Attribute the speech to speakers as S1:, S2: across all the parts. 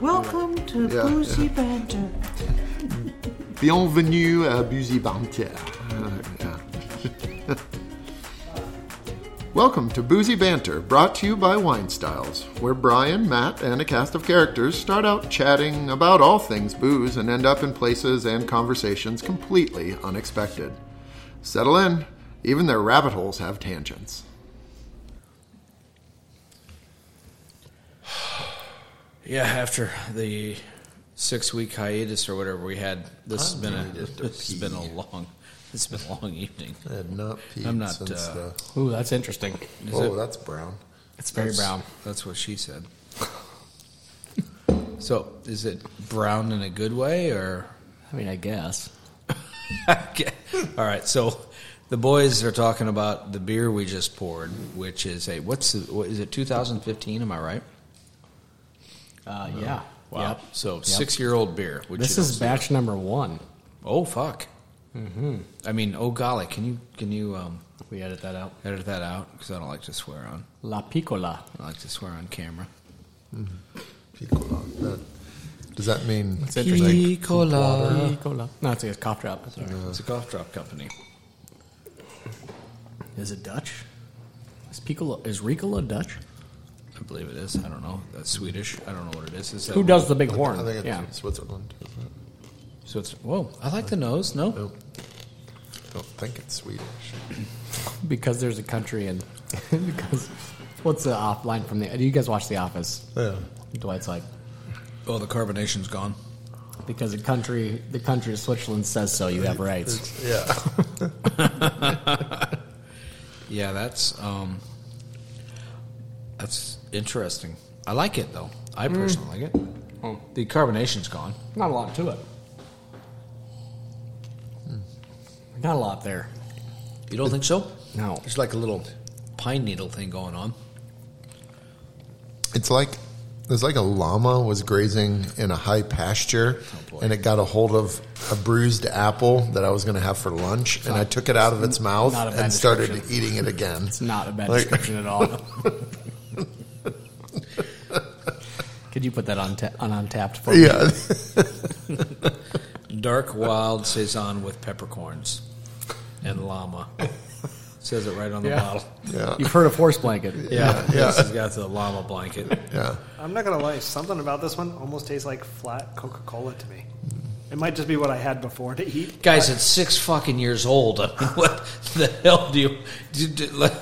S1: Welcome to
S2: Yeah,
S1: Boozy Banter.
S2: Bienvenue à Busy Banter. Uh, yeah. Welcome to Boozy Banter, brought to you by Wine Styles, where Brian, Matt, and a cast of characters start out chatting about all things booze and end up in places and conversations completely unexpected. Settle in, even their rabbit holes have tangents.
S3: Yeah, after the six week hiatus or whatever we had, this has been a
S2: needed to
S3: this has been a
S2: pee.
S3: long it's been a long evening.
S2: And not Pete
S3: I'm not, since, uh, uh,
S4: Ooh, that's interesting.
S2: Oh, that's brown.
S4: It's very
S3: That's-
S4: brown.
S3: That's what she said. So is it brown in a good way or
S4: I mean, I guess.
S3: Okay. all right, so the boys are talking about the beer we just poured, which is a what's the, what is it 2015? Am I right?
S4: Uh,
S2: Uh-huh.
S4: yeah. Yep.
S3: So six year old beer. Which
S4: This
S3: you
S4: is
S3: don't see
S4: batch number one.
S3: Oh fuck. Mm-hmm. I mean, oh golly, can you can you um,
S4: We edit that out.
S3: edit that out? Because I don't like to swear on.
S4: La Piccola.
S3: I like to swear on camera.
S2: Piccolo. That, does that mean
S4: It's interesting.
S3: Piccola.
S4: Piccola. No, it's a cough drop. That's all right.
S3: It's a cough drop company.
S2: Mm-hmm.
S4: Is it Dutch? Is Piccola is Ricola Dutch?
S3: I believe it is. I don't know. That's Swedish. I don't know what it is. Is that
S4: Who does the big
S2: I
S4: horn?
S2: think it's
S4: yeah.
S2: from Switzerland. Isn't it?
S3: So it's whoa. I like the nose. No.
S2: Nope. Don't think it's Swedish.
S4: Because there's a country and because what's the off line from the do you guys watch The Office?
S2: Yeah.
S4: Dwight's like
S3: Oh, the carbonation's gone.
S4: because the country the country of Switzerland says so you have rights.
S2: Yeah.
S3: Yeah, that's um, that's interesting. I like it though. I
S4: Mm.
S3: personally like it. The carbonation's gone.
S4: Not a lot to it.
S2: Hmm.
S4: Not a lot there.
S3: You don't think so?
S4: No.
S3: There's like a little pine needle thing going on.
S2: It's like it's like a llama was grazing in a high pasture
S4: Oh,
S3: boy.
S2: and it got a hold of a bruised apple that I was going to have for lunch and I took it out of its mouth
S4: not a bad
S2: and started
S4: description.
S2: eating it again.
S4: It's not a bad
S2: Like-
S4: description at all. Could you put that on, ta- on untapped for me?
S2: yeah.
S3: Dark wild saison with peppercorns and llama. Says it right on the
S4: Yeah.
S3: bottle.
S2: Yeah.
S4: You've heard of horse blanket.
S3: Yeah,
S2: yeah.
S3: This has got the llama blanket.
S2: Yeah.
S5: I'm not gonna lie, something about this one almost tastes like flat Coca-Cola to me. It might just be what I had before to eat.
S3: Guys, it's six fucking years old. I mean, what the hell do you, do, do, like,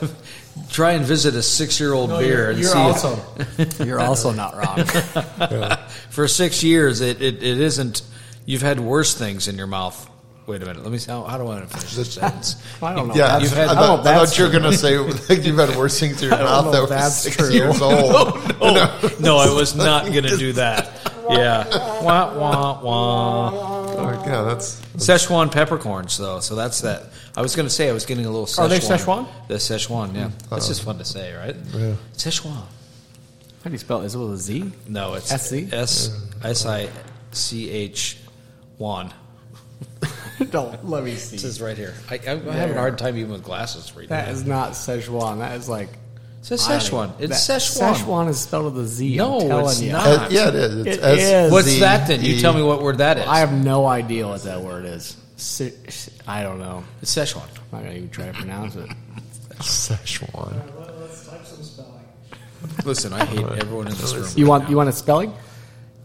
S3: try and visit a six-year-old beer and see?
S4: you're also not wrong.
S3: For six years, it, it, it isn't. You've had worse things in your mouth. Wait a minute. Let me. How, how do I finish this sentence?
S4: I don't know.
S2: Yeah,
S3: You've had-
S2: I
S3: I
S4: don't know
S2: thought,
S4: if
S2: I thought
S4: Oh, that's
S2: you were going to say like, you've had worse things in your
S4: don't
S2: mouth
S4: know
S2: that
S4: if
S2: was
S4: that's
S2: six
S4: true.
S2: years old.
S3: No, Oh. no, I was not going to do that. Yeah. Wah wah wah.
S2: Oh, yeah, that's
S3: Szechuan peppercorns, though. So that's that. I was going to say I was getting a little. Szechuan.
S4: Are they Szechuan? Hmm.
S3: The Szechuan, yeah. That's just fun to say, right?
S2: Yeah.
S3: Szechuan.
S4: How do you spell it? Is it with a Z?
S3: No, it's
S4: SC?
S3: S S I C H Juan.
S4: don't let me see.
S3: This is right here. I, I, I have a hard time even with glasses reading.
S4: That
S3: That.
S4: is not Szechuan. That is like
S3: It says Szechuan. It's
S4: that-
S3: Szechuan.
S4: Szechuan is spelled with a Z.
S3: No,
S4: I'm telling
S3: it's
S4: you.
S3: not.
S2: Uh, yeah, it is. It's E
S4: It is.
S3: What's that then? You
S2: SZE.
S3: tell me what word that is.
S4: I have no idea what that word is. Se- se- I don't know.
S3: it's Szechuan.
S4: I'm not gonna even try to pronounce it.
S2: Szechuan.
S5: Let's type some spelling.
S3: Listen, I hate everyone in this room.
S4: You want you want a spelling?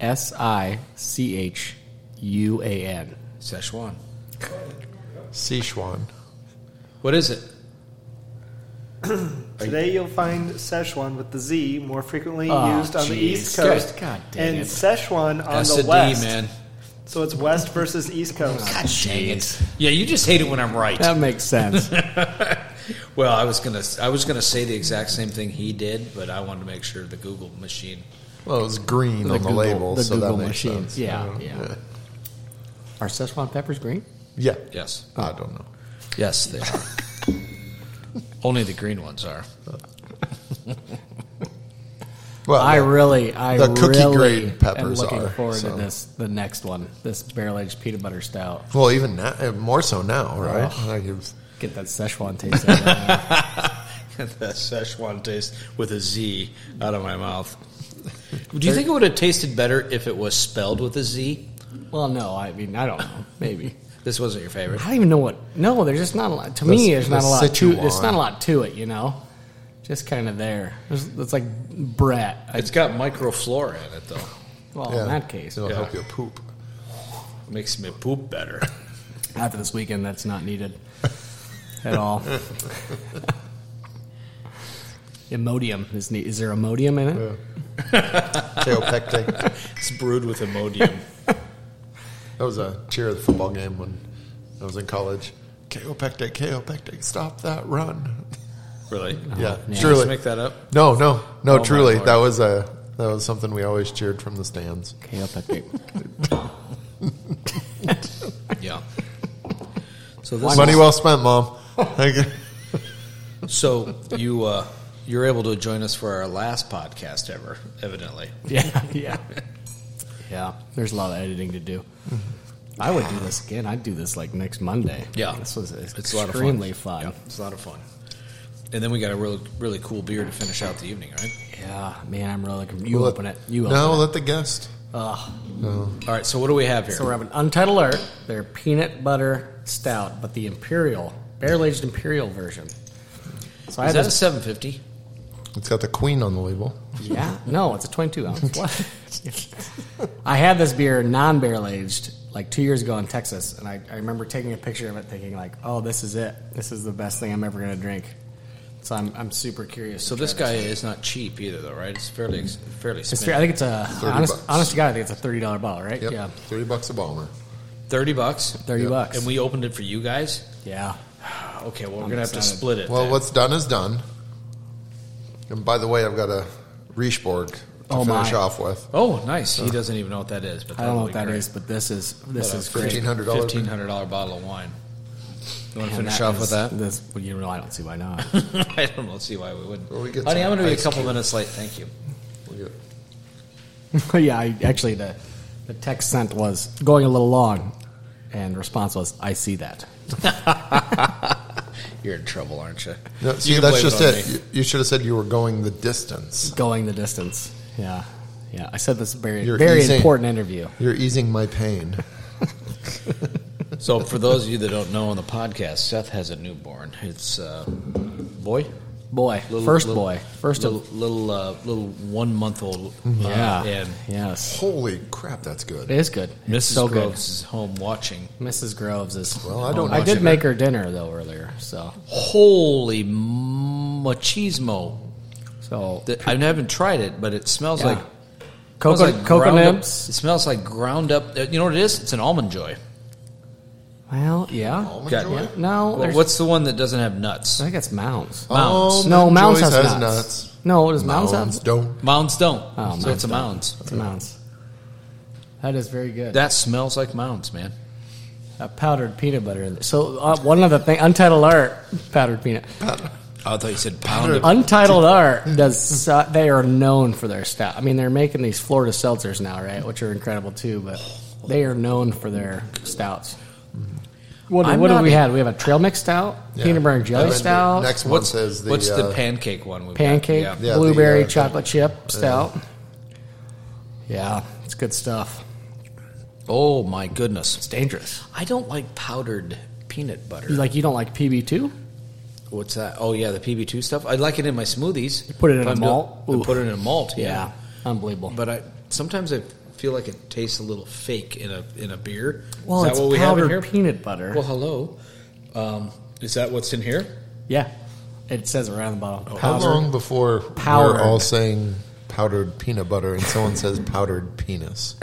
S4: S I C H U A N.
S3: Szechuan.
S2: Sichuan.
S3: What is it?
S5: Today you'll find Szechuan with the Z more frequently
S4: Oh,
S5: used on the
S4: jeez.
S5: East Coast,
S4: Good. God dang
S5: and
S4: it.
S5: Szechuan on
S3: S
S5: the
S3: D,
S5: West.
S3: man.
S5: So it's West versus East Coast.
S4: Jeez.
S3: Yeah, you just hate it when I'm right.
S4: That makes sense.
S3: Well, I was gonna, I was gonna say the exact same thing he did, but I wanted to make sure the Google machine.
S2: Well, it was green on the
S4: Google-
S2: label,
S4: the
S2: so
S4: Google
S2: that makes
S4: machine.
S2: sense. Uh,
S4: Yeah, yeah. Are Szechuan peppers green?
S2: Yeah.
S3: Yes,
S2: I don't know.
S3: yes, they are. Only the green ones are.
S2: Well,
S4: I
S2: yeah.
S4: really, I
S2: The cookie
S4: really
S2: grade peppers
S4: am looking
S2: are,
S4: forward
S2: so.
S4: to this, the next one, this barrel aged peanut butter stout.
S2: well, even now, uh, more so
S4: Oh.
S2: now, right? Like it's-
S4: Get that Szechuan taste. out of it.
S3: the Szechuan taste with a Z out of my mouth. Do you think it would have tasted better if it was spelled with a Z?
S4: Well, no, I mean, I don't know. Maybe.
S3: This wasn't your favorite.
S4: I don't even know what. No, there's just not a lot. To
S2: The-
S4: me, there's
S2: the
S4: not a lot. To,
S2: Sichuan.
S4: there's not a lot to it, you know. Just kind of there. There's, it's like Brett.
S3: It's got microflora in it, though.
S4: Well,
S2: Yeah.
S4: Oh, in that case,
S2: it'll
S3: Yeah.
S2: help you poop.
S3: Makes me poop better.
S4: after this weekend, that's not needed at all. Imodium is ne- is there Imodium in it?
S2: Kaopectic.
S3: It's brewed with Imodium.
S2: That was a cheer of the football game when I was in college. Kaopectic, Kaopectic, stop that run.
S3: Really?
S2: yeah,
S4: Oh, yeah. Oh,
S3: Just
S2: truly.
S3: make that up.
S2: No, no, no,
S3: my
S2: truly.
S3: Lord.
S2: That was a that was something we always cheered from the stands.
S4: Okay, up at the-
S3: Yeah. So this
S2: Money
S3: is-
S2: well spent, mom. Thank you.
S3: so you uh, you're able to join us for our last podcast ever, evidently.
S4: Yeah, yeah, yeah. There's a lot of editing to do. I would do this again. I'd do this like next Monday.
S3: Mm-hmm. Yeah.
S4: this was
S3: It's a lot of fun.
S4: extremely fun.
S3: Yeah, it's a lot of fun. And then we got a really really cool beer to finish out the evening, right?
S4: Yeah, man, I'm really. You
S2: Let-
S4: open it. You open
S2: no,
S4: it.
S2: let the guest.
S3: All right. So what do we have here?
S4: So we're having Untitled Art, their peanut butter stout, but the imperial barrel aged imperial version. So
S3: is
S4: I had
S3: that a
S4: this,
S3: 750?
S2: It's got the queen on the label.
S4: yeah, no, it's a 22 ounce. What? I had this beer non barrel aged like two years ago in Texas, and I, I remember taking a picture of it, thinking like, "Oh, this is it. This is the best thing I'm ever gonna drink." So I'm I'm super curious.
S3: So
S4: to
S3: this
S4: try
S3: guy is not cheap either, though, right? It's fairly ex- fairly.
S4: It's
S3: expensive.
S4: fair- I think it's a
S2: 30
S4: honest,
S2: bucks.
S4: honest to God. I think it's a thirty dollar bottle, right?
S2: Yep,
S4: Yeah,
S2: thirty bucks a bomber.
S3: Thirty bucks.
S4: thirty
S2: Yep.
S4: bucks.
S3: And we opened it for you guys.
S4: yeah,
S3: Okay, well we're
S4: I'm
S3: gonna have to
S4: excited.
S3: split it.
S2: Well,
S3: then.
S2: what's done is done. And by the way, I've got a Riesborg to
S4: Oh, my.
S2: finish off with.
S3: Oh, nice. He doesn't even know what that is. But
S4: I don't know what
S3: that'll
S4: that
S3: be
S4: is, but this is this
S3: But, uh,
S4: is great.
S2: Fifteen hundred dollars.
S3: Fifteen hundred dollar bottle of wine. You want to
S4: Man,
S3: finish
S4: that
S3: off
S4: is-
S3: with that?
S4: This, well, you know, I don't see why not.
S3: I don't know. See why we wouldn't.
S2: Well, we get
S3: Honey,
S2: some
S3: I'm going to be a
S2: ice
S3: couple
S2: cube.
S3: minutes late. Thank you.
S4: yeah, I actually the the text sent was going a little long, and response was, "I see that."
S3: You're in trouble, aren't you?
S2: No,
S3: You
S2: see,
S3: can
S2: that's
S3: blame
S2: just
S3: on
S2: it.
S3: me.
S2: You, you should have said you were going the distance.
S4: Going the distance. Yeah, yeah. I said this very
S2: You're
S4: very
S2: easing-
S4: important interview.
S2: You're easing my pain.
S3: So, for those of you that don't know on the podcast, Seth has a newborn. It's uh, boy,
S4: Boy, first boy, first
S3: little,
S4: of
S3: little, uh, little one month old. Uh,
S4: yeah,
S3: and
S4: yes.
S2: Holy crap, that's good.
S4: It is good.
S3: Mrs.
S4: It's so
S3: Groves is home watching.
S4: good. Mrs. Groves is.
S2: Well, I don't
S4: I
S2: watch
S4: did
S2: it.
S4: make her dinner though earlier, so
S3: Holy machismo!
S4: so
S3: I haven't tried it, but it smells
S4: Yeah.
S3: like
S4: cocoa
S3: smells like
S4: cocoa
S3: ground up-
S4: nibs.
S3: It smells like ground up. uh, You know what it is? It's an almond joy.
S4: Well, yeah.
S2: Almond
S3: Got-
S2: Joy?
S3: yeah.
S4: No,
S3: Well,
S4: there's-
S3: what's the one that doesn't have nuts?
S4: I think it's Mounds.
S2: Almond
S4: no, Mounds
S2: Joy's
S4: has, nuts. No, does Mounds have?
S2: don't.
S3: Mounds don't.
S4: Oh,
S3: so it's a mounds.
S4: It's Mounds. That is very good.
S3: That smells like mounds, man.
S4: a powdered peanut butter. In there. So uh, one other thing, Untitled Art, powdered peanut.
S3: I thought you said pounded.
S4: Untitled Art does. so- they are known for their stuff. I mean, they're making these Florida seltzers now, right? Which are incredible too. But they are known for their stouts. What,
S3: I'm
S4: what have
S3: not
S4: we
S3: a-
S4: had? We have a trail mix stout, peanut butter and jelly
S2: And then
S4: stout,
S2: Next one
S3: What's,
S2: says the,
S3: what's
S2: uh,
S3: the pancake one? We've got?
S4: pancake,
S3: Yeah.
S2: Yeah, the,
S4: blueberry
S2: uh,
S4: chocolate chip stout. Yeah, it's good stuff.
S3: Oh my goodness!
S4: It's dangerous.
S3: I don't like powdered peanut butter.
S4: You like you don't like PB two?
S3: what's that? Oh yeah, the PB two stuff. I like it in my smoothies.
S4: put it in
S3: If
S4: a
S3: I'm
S4: malt?
S3: doing- I
S4: Ooh.
S3: put it in a malt. Yeah.
S4: unbelievable.
S3: But I sometimes I feel like it tastes a little fake in a in a beer.
S4: well,
S3: Is that
S4: it's
S3: what we have in
S4: powdered
S3: here?
S4: peanut butter.
S3: Well, hello. Um, is that what's in here?
S4: Yeah. It says it right on the bottle.
S2: How long before
S4: Powdered.
S2: we're all saying powdered peanut butter and someone says powdered penis?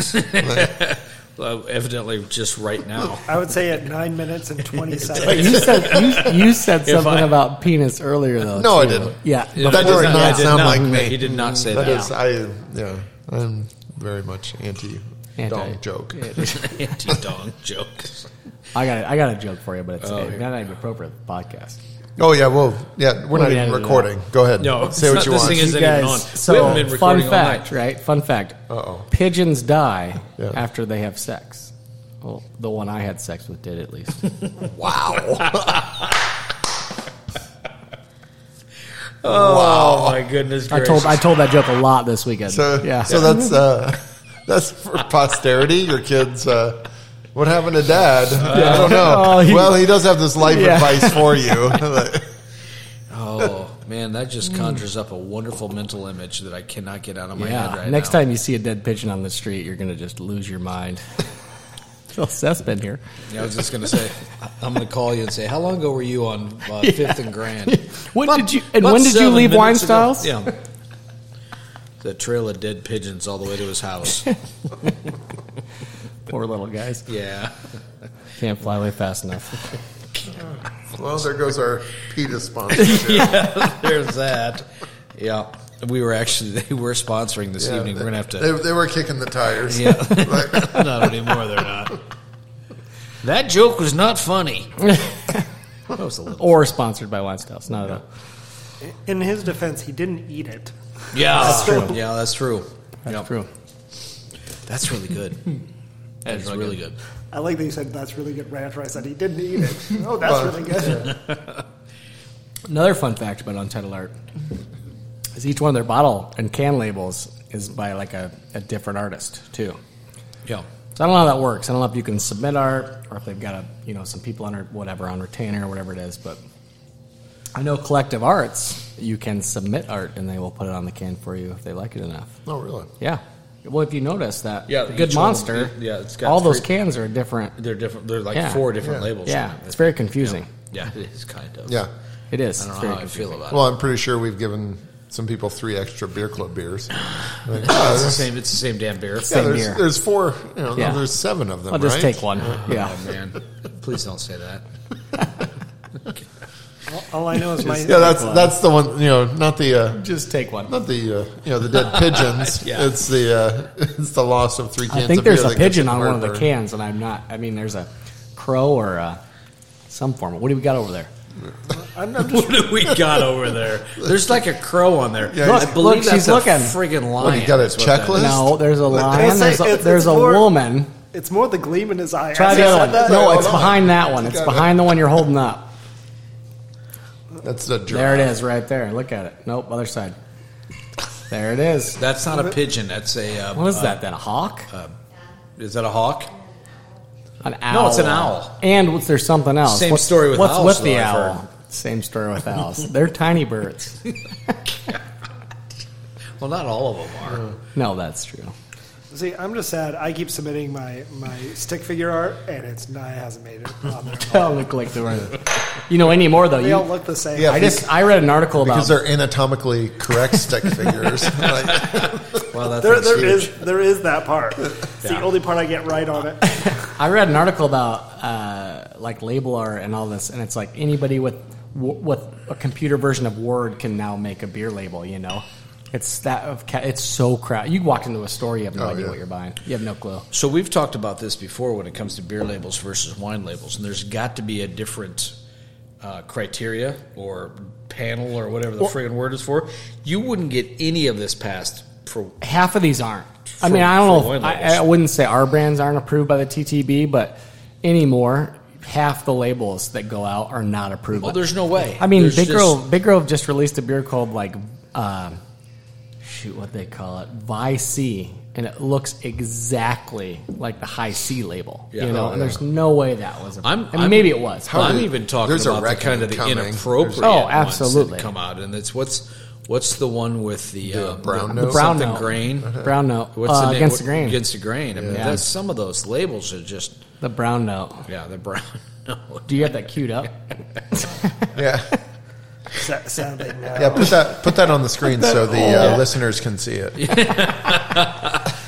S3: Well, evidently, just right now.
S5: I would say at nine minutes and twenty
S4: But
S5: seconds.
S4: you said you, you said something
S3: I-
S4: about penis earlier though.
S2: No, I
S4: too.
S2: didn't.
S4: Yeah.
S3: Yeah,
S2: That
S3: before
S2: does
S3: it-
S2: not
S3: I did
S2: sound like me.
S3: He did not say that.
S2: That is, I yeah, I'm very much anti,
S4: Anti.
S2: dong joke.
S3: Anti dong jokes.
S4: I got it. I got a joke for you, but it's
S3: Oh,
S4: it's
S3: here.
S4: not even appropriate for the podcast.
S2: Oh yeah, well yeah, we're
S4: We'll
S2: not
S4: be
S2: even
S4: edited out.
S2: recording. Go ahead.
S3: No,
S2: say what
S3: it's not-
S2: you
S3: this
S2: want.
S3: thing is- Isn't
S4: You
S3: even on.
S4: guys,
S3: We
S4: so
S3: haven't been
S4: fun
S3: recording all
S4: fact,
S3: night.
S4: right? Fun fact.
S2: Uh-oh.
S4: Pigeons die
S2: Yeah.
S4: after they have sex. Well, the one I had sex with did at least.
S2: wow.
S3: Oh my goodness
S4: I
S3: gracious!
S4: told I told that joke a lot this weekend.
S2: So
S4: yeah.
S2: So that's uh, that's for posterity. Your kids. Uh, what happened to Dad?
S3: Uh,
S2: I don't know.
S4: Oh, he-
S2: well, he does have this life
S4: Yeah.
S2: advice for you. Like,
S3: oh man, that just conjures up a wonderful mental image that I cannot get out of my
S4: yeah.
S3: head right
S4: Next
S3: now.
S4: time you see a dead pigeon on the street, you're gonna just lose your mind. Well, Seth's been here.
S3: Yeah, I was just gonna say, I'm gonna call you and say, how long ago were you on uh, Fifth and Grand?
S4: When
S3: About-
S4: did you? And
S3: about
S4: when did you
S3: seven
S4: leave Wine
S3: minutes ago.
S4: Styles?
S3: Yeah. The trail of dead pigeons all the way to his house.
S4: Poor little guys.
S3: Yeah.
S4: Can't fly away fast enough.
S2: well, there goes our PETA sponsorship.
S3: There's that. Yeah. We were actually they were sponsoring this evening. We're gonna have
S2: They,
S3: to.
S2: they were kicking the tires.
S3: Yeah.
S2: Like,
S3: not anymore. They're not. That joke was not funny. that was a little.
S4: or sponsored by Wine Styles. Not at all.
S5: In his defense, he didn't eat it.
S3: Yeah,
S5: That's true.
S3: Yeah, that's true.
S4: That's
S3: Yep.
S4: true.
S3: That's really good. That's really, good.
S5: I like that you said that's really good right after I said he didn't eat it. Oh, that's really good.
S4: Another fun fact about Untitled Art is each one of their bottle and can labels is by like a, a different artist too.
S3: Yeah.
S4: So I don't know how that works. I don't know if you can submit art or if they've got a you know some people on or whatever on retainer or whatever it is. But I know Collective Arts you can submit art and they will put it on the can for you if they like it enough.
S2: oh, really?
S4: Yeah. Well, if you notice that,
S3: Yeah,
S4: the
S3: each
S4: Good
S3: one-
S4: Monster,
S3: yeah, it's got
S4: all those
S3: three-
S4: cans are different.
S3: They're different. They're like
S4: Yeah.
S3: four different
S2: Yeah.
S3: labels.
S4: Yeah, it's very confusing.
S3: Yeah, it is kind of.
S2: Yeah.
S4: It is.
S3: I
S4: It's
S3: don't know
S4: very
S3: how I feel about it.
S2: Well, I'm pretty sure we've given some people three extra beer club beers. Like,
S3: Oh,
S2: oh,
S3: it's the
S2: there's-
S3: same. It's the same damn beer.
S2: yeah,
S4: same
S2: there's,
S4: beer.
S2: there's four. You know,
S4: Yeah.
S2: There's seven of them.
S4: I'll just
S2: right?
S4: take one. Yeah.
S3: Oh man, please don't say that.
S5: All, all I know is my
S2: Yeah, that's that's the one. You know, not the uh,
S4: Just take one.
S2: not the uh, you know the dead pigeons.
S3: Yeah.
S2: It's the uh, it's the loss of three cans.
S4: I think
S2: of beer
S4: there's a
S2: that gets
S4: pigeon
S2: you
S4: on one of the
S2: heartburn.
S4: cans, and I'm not. I mean, there's a crow or uh some form. of- What do we got over there?
S5: I'm, I'm just
S3: What do we got over there? There's like a crow on there.
S2: Yeah, Look,
S3: I believe
S4: look,
S3: that's
S4: she's
S3: a
S4: looking.
S3: friggin' lion.
S2: What, you got a
S3: is what that
S2: checklist?
S3: is.
S4: No, there's a lion.
S5: It's like-
S4: There's a,
S5: it's-
S4: there's
S5: it's
S4: a
S5: more-
S4: woman.
S5: It's more the gleam in his eye.
S4: Try
S5: As
S4: the
S5: he
S4: other
S5: said
S4: one.
S5: that-
S4: No, it's
S2: Hold on.
S4: behind that one. It's
S2: Got it.
S4: behind the one you're holding up.
S2: That's the
S4: There it is, right there. Look at it. Nope, other side. There it is.
S3: That's not a pigeon. That's a. Uh,
S4: What is
S3: uh,
S4: that then? A hawk?
S3: Is that a hawk?
S4: An owl?
S3: No, it's an owl.
S4: And what's, there's something else.
S3: Same
S4: What's-
S3: story with
S4: what's
S3: owls,
S4: with the
S3: though, I've
S4: owl?
S3: heard.
S4: Same story with owls. They're tiny birds.
S3: Well, not all of them are.
S4: No, that's true.
S5: See, I'm just sad. I keep submitting my, my stick figure art, and it's not, it hasn't made it on there.
S4: Don't look like the right. You know any more though?
S5: They
S4: you-
S5: all look the same.
S2: Yeah.
S4: I just I read an article about
S2: because they're anatomically correct stick figures. Like,
S3: Well, that's
S5: There, there is there is that part. It's the only part I get right on it.
S4: I read an article about uh, like label art and all this, and it's like anybody with w- with a computer version of Word can now make a beer label. You know, it's that of ca- it's so crowd. You walk into a store, you have no
S2: Oh,
S4: idea
S2: yeah.
S4: what you're buying. You have no clue.
S3: So we've talked about this before when it comes to beer labels versus wine labels, and there's got to be a different uh, criteria or panel or whatever the friggin' word is for. You wouldn't get any of this passed for
S4: Half of these aren't.
S3: For-
S4: I mean, I don't
S3: for
S4: know. If,
S3: wine
S4: I,
S3: labels.
S4: I wouldn't say our brands aren't approved by the TTB, but anymore, half the labels that go out are not approved.
S3: Well,
S4: by-
S3: there's no way.
S4: I mean,
S3: There's
S4: Big
S3: just-
S4: Grove. Big Grove just released a beer called like, um, shoot, what they call it, Vi C, and it looks exactly like the High C label.
S3: Yeah.
S4: you know,
S2: Oh,
S4: and
S2: yeah.
S4: there's no way that was. A,
S3: I'm-
S4: I mean,
S3: I'm-
S4: maybe it was.
S2: How
S3: Well, I'm
S2: did-
S3: even talking
S2: there's a
S3: about the kind of the
S2: reckoning coming.
S3: inappropriate.
S4: Oh,
S3: ones that
S4: absolutely.
S3: come out, and it's what's what's the one with the, uh,
S2: brown
S3: the-
S2: note? Uh-huh.
S3: the
S4: brown
S3: something
S4: note.
S3: grain.
S4: Brown note.
S3: Uh-huh. What's
S4: Uh,
S3: the name?
S4: against
S3: What-
S4: the grain.
S3: Against the grain. I mean,
S4: Yeah.
S3: that's, some of those labels are just
S4: the brown note.
S3: yeah, the brown note.
S4: Do you have that queued up?
S2: yeah,
S5: Sa- Sadly, no.
S2: yeah. Put that put that on the screen so the uh, listeners can see it.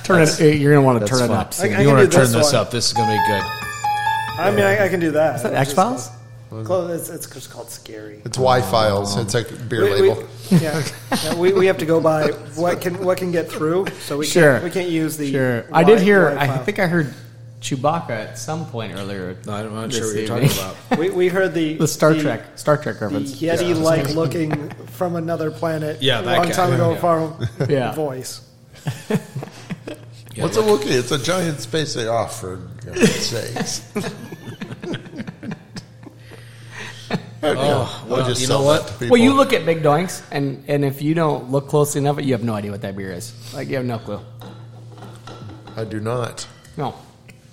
S4: Turn it. eh, You're gonna want to turn it
S3: fine.
S4: up.
S5: I, I
S4: Soon.
S5: can
S3: You
S5: do
S3: want to turn
S5: this
S3: this
S5: one.
S3: up? This is going to be good.
S5: I mean, I, I can do that. It's
S4: X Files.
S5: just- Close. It's, it's just called scary.
S2: It's Y files. It's like a beer
S5: We- we-
S2: label.
S5: yeah, yeah, we, we have to go by what can what can get through. So we
S4: Sure.
S5: can't, we can't use the.
S4: Sure. I did
S5: Y-
S4: hear.
S5: Y
S4: I
S5: file.
S4: think I heard Chewbacca at some point earlier.
S3: No, I'm not
S4: this
S3: sure what you're
S4: evening.
S3: talking about.
S5: we, we heard the
S4: The Star Trek. Star Trek
S5: the
S4: reference.
S5: Yeti-like looking from another planet.
S3: Yeah, that
S5: long
S3: guy.
S5: time ago,
S3: Yeah.
S5: far
S4: Yeah.
S5: voice.
S2: What's a Wookiee? It's a giant space they offer. For God's sakes.
S3: Oh, well,
S2: just
S3: you know
S2: sell that
S3: what?
S2: to people.
S4: Well, you look at big doinks, and, and if you don't look closely enough, you have no idea what that beer is. Like, you have no clue.
S2: I do not.
S4: No.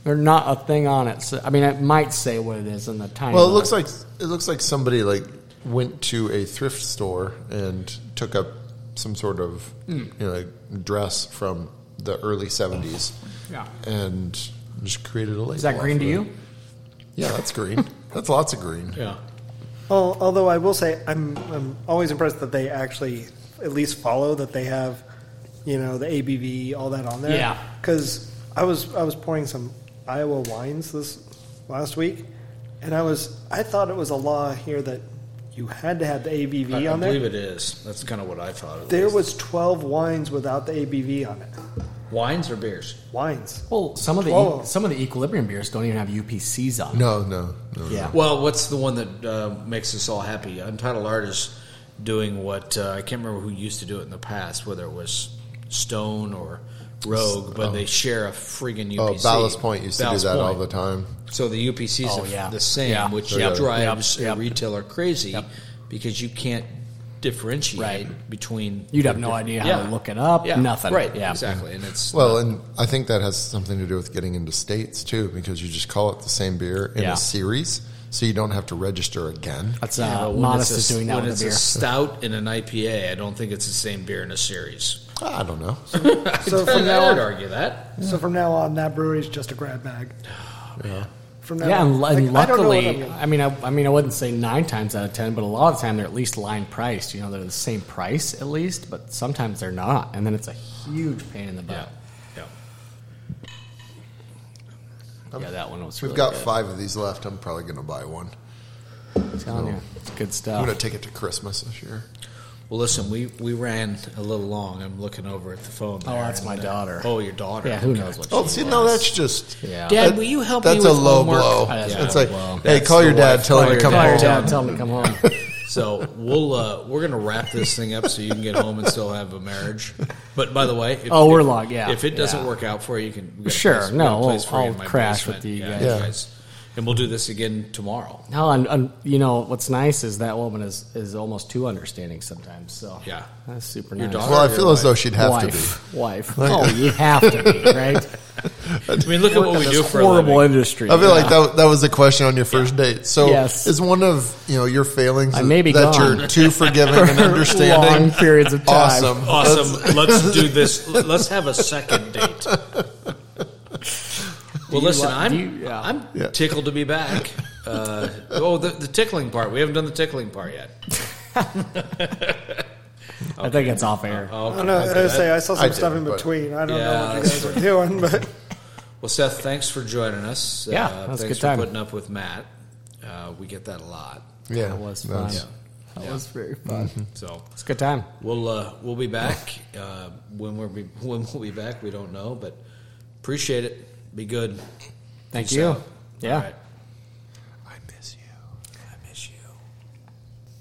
S4: There's not a thing on it. So, I mean, it might say what it is in the tiny.
S2: Well, it looks
S4: little-
S2: like it looks like somebody like went to a thrift store and took up some sort of
S4: Hmm.
S2: you know like dress from the early seventies
S4: Yeah.
S2: and just created a label.
S4: Is that green
S2: off
S4: to
S2: of it.
S4: you?
S2: Yeah, that's green. that's lots of green.
S3: Yeah.
S5: Al- although I will say, I'm, I'm always impressed that they actually at least follow that they have, you know, the ABV, all that on there.
S4: Yeah.
S5: Because I was I was pouring some Iowa wines this last week, and I was I thought it was a law here that you had to have the ABV
S3: I, I
S5: on there.
S3: believe it is. That's kind of what I thought. At
S5: There
S3: least.
S5: was 12 wines without the ABV on it.
S3: wines or beers.
S5: Wines.
S4: Well, some of the
S5: Whoa.
S4: e- some of the equilibrium beers don't even have UPCs on. them.
S2: No, no, no.
S4: Yeah.
S3: Well, what's the one that uh, makes us all happy? Untitled Art is doing what uh, I can't remember who used to do it in the past, whether it was Stone or Rogue, but they share a friggin'
S2: Oh,
S3: UPC.
S2: Ballast Point used to
S3: Ballast
S2: do that all
S3: Point.
S2: the time.
S3: So the UPCs
S4: Oh,
S3: are
S4: yeah.
S3: the same,
S4: Yeah.
S3: which
S2: Yep.
S3: drives
S4: Yep.
S3: a retailer crazy
S4: Yep.
S3: because you can't differentiate
S4: Right.
S3: between.
S4: You'd have no idea how
S3: Yeah.
S4: to look it up.
S3: Yeah,
S4: Nothing.
S3: Right.
S4: Yeah.
S3: Exactly. And it's
S2: Well, and I think that has something to do with getting into states too, because you just call it the same beer in
S4: Yeah.
S2: a series, so you don't have to register again.
S4: That's
S3: Yeah,
S4: uh,
S3: but when
S4: modest
S3: it's
S4: is
S3: a-
S4: doing that
S3: when it's
S4: with a beer.
S3: a stout and an IPA, I don't think it's the same beer in a series.
S2: I don't know.
S5: So
S3: I
S5: from now
S3: would
S5: on,
S3: argue that.
S5: so from now on, that brewery's just a grab bag. From now
S4: yeah,
S5: on,
S4: and, lu- and
S5: like, I don't know what I'm
S4: luckily,
S5: gonna-
S4: I, mean, I, I mean, I wouldn't say nine times out of ten, but a lot of the time they're at least line priced. You know, they're the same price at least, but sometimes they're not, and then it's a huge pain in the
S3: Yeah.
S4: butt.
S3: Yeah.
S4: Yeah, that one was.
S2: We've
S4: really
S2: got
S4: good.
S2: five of these left. I'm probably going to buy one.
S4: I'm telling you, it's good
S2: I'm
S4: stuff.
S2: going to take it to Christmas this year.
S3: Well, listen, we, we ran a little long. I'm looking over at the phone.
S4: Oh,
S3: there,
S4: that's my
S3: and, uh,
S4: daughter.
S3: Oh, your daughter.
S4: Yeah, who
S3: Okay.
S4: knows what?
S2: Oh,
S4: she
S2: see,
S4: wants.
S2: no, that's just.
S4: yeah. Oh,
S3: Dad, will you help
S2: That's
S3: me
S2: a
S3: with
S2: low
S3: homework?
S2: blow.
S4: Yeah.
S2: It's like,
S3: Well,
S2: hey,
S3: that's
S2: call
S3: the
S2: your dad,
S3: wife.
S2: tell him
S3: Call
S2: to
S3: your
S2: come
S4: Call your
S2: home.
S4: dad, tell him to come home.
S3: So we'll uh, we're gonna wrap this thing up so you can get home and still have a marriage. But by the way, if,
S4: Oh, we're
S3: if-
S4: long, yeah.
S3: If it doesn't
S4: Yeah.
S3: work out for you, you can we got a
S4: Sure,
S3: place- we
S4: no,
S3: got a place
S4: I'll-
S3: for you in
S4: I'll
S3: my
S4: crash
S3: basement.
S4: with you
S3: Yeah,
S4: guys.
S2: Yeah.
S3: and we'll do this again tomorrow.
S4: No, and, and you know what's nice is that woman is is almost too understanding sometimes. So
S3: Yeah.
S4: that's super
S3: Your
S4: nice.
S3: daughter-
S2: Well, I feel as though she'd have
S4: wife, wife. Oh, you have to be right.
S3: I mean, look at what we do for a
S4: horrible
S3: living.
S2: to
S4: industry.
S2: be. I feel
S4: yeah.
S2: like that, that was the question on your first date. So,
S4: Yes.
S2: is one of you know your failings
S4: I may be
S2: that
S4: gone.
S2: you're too forgiving and understanding?
S4: Long periods of time.
S2: Awesome,
S3: Awesome. Let's do this. Let's have a second date. Well, listen,
S4: li-
S3: I'm
S4: do you- yeah.
S3: I'm
S2: Yeah.
S3: tickled to be back. Uh, oh, the, the tickling part. We haven't done the tickling part yet.
S4: I think it's off air.
S3: Uh-huh.
S5: I don't know. I was gonna say I saw some
S2: I
S5: stuff
S2: did,
S5: in
S2: but-
S5: between. I don't
S3: Yeah,
S5: know what you
S3: that's
S5: guys are doing, but
S3: Well, Seth, thanks for joining us. Uh,
S4: Yeah, that was
S3: thanks
S4: a good
S3: for
S4: time.
S3: putting up with Matt. Uh, we get that a lot.
S2: Yeah,
S4: that was
S2: no,
S4: fun.
S2: it's-
S4: That was very fun.
S3: So
S4: It's a good time.
S3: we'll uh, we'll be back uh, when we're be, when we'll be back. We don't know, but appreciate it. Be good.
S4: Thank
S3: Peace
S4: you.
S3: out.
S4: Yeah.
S3: All right.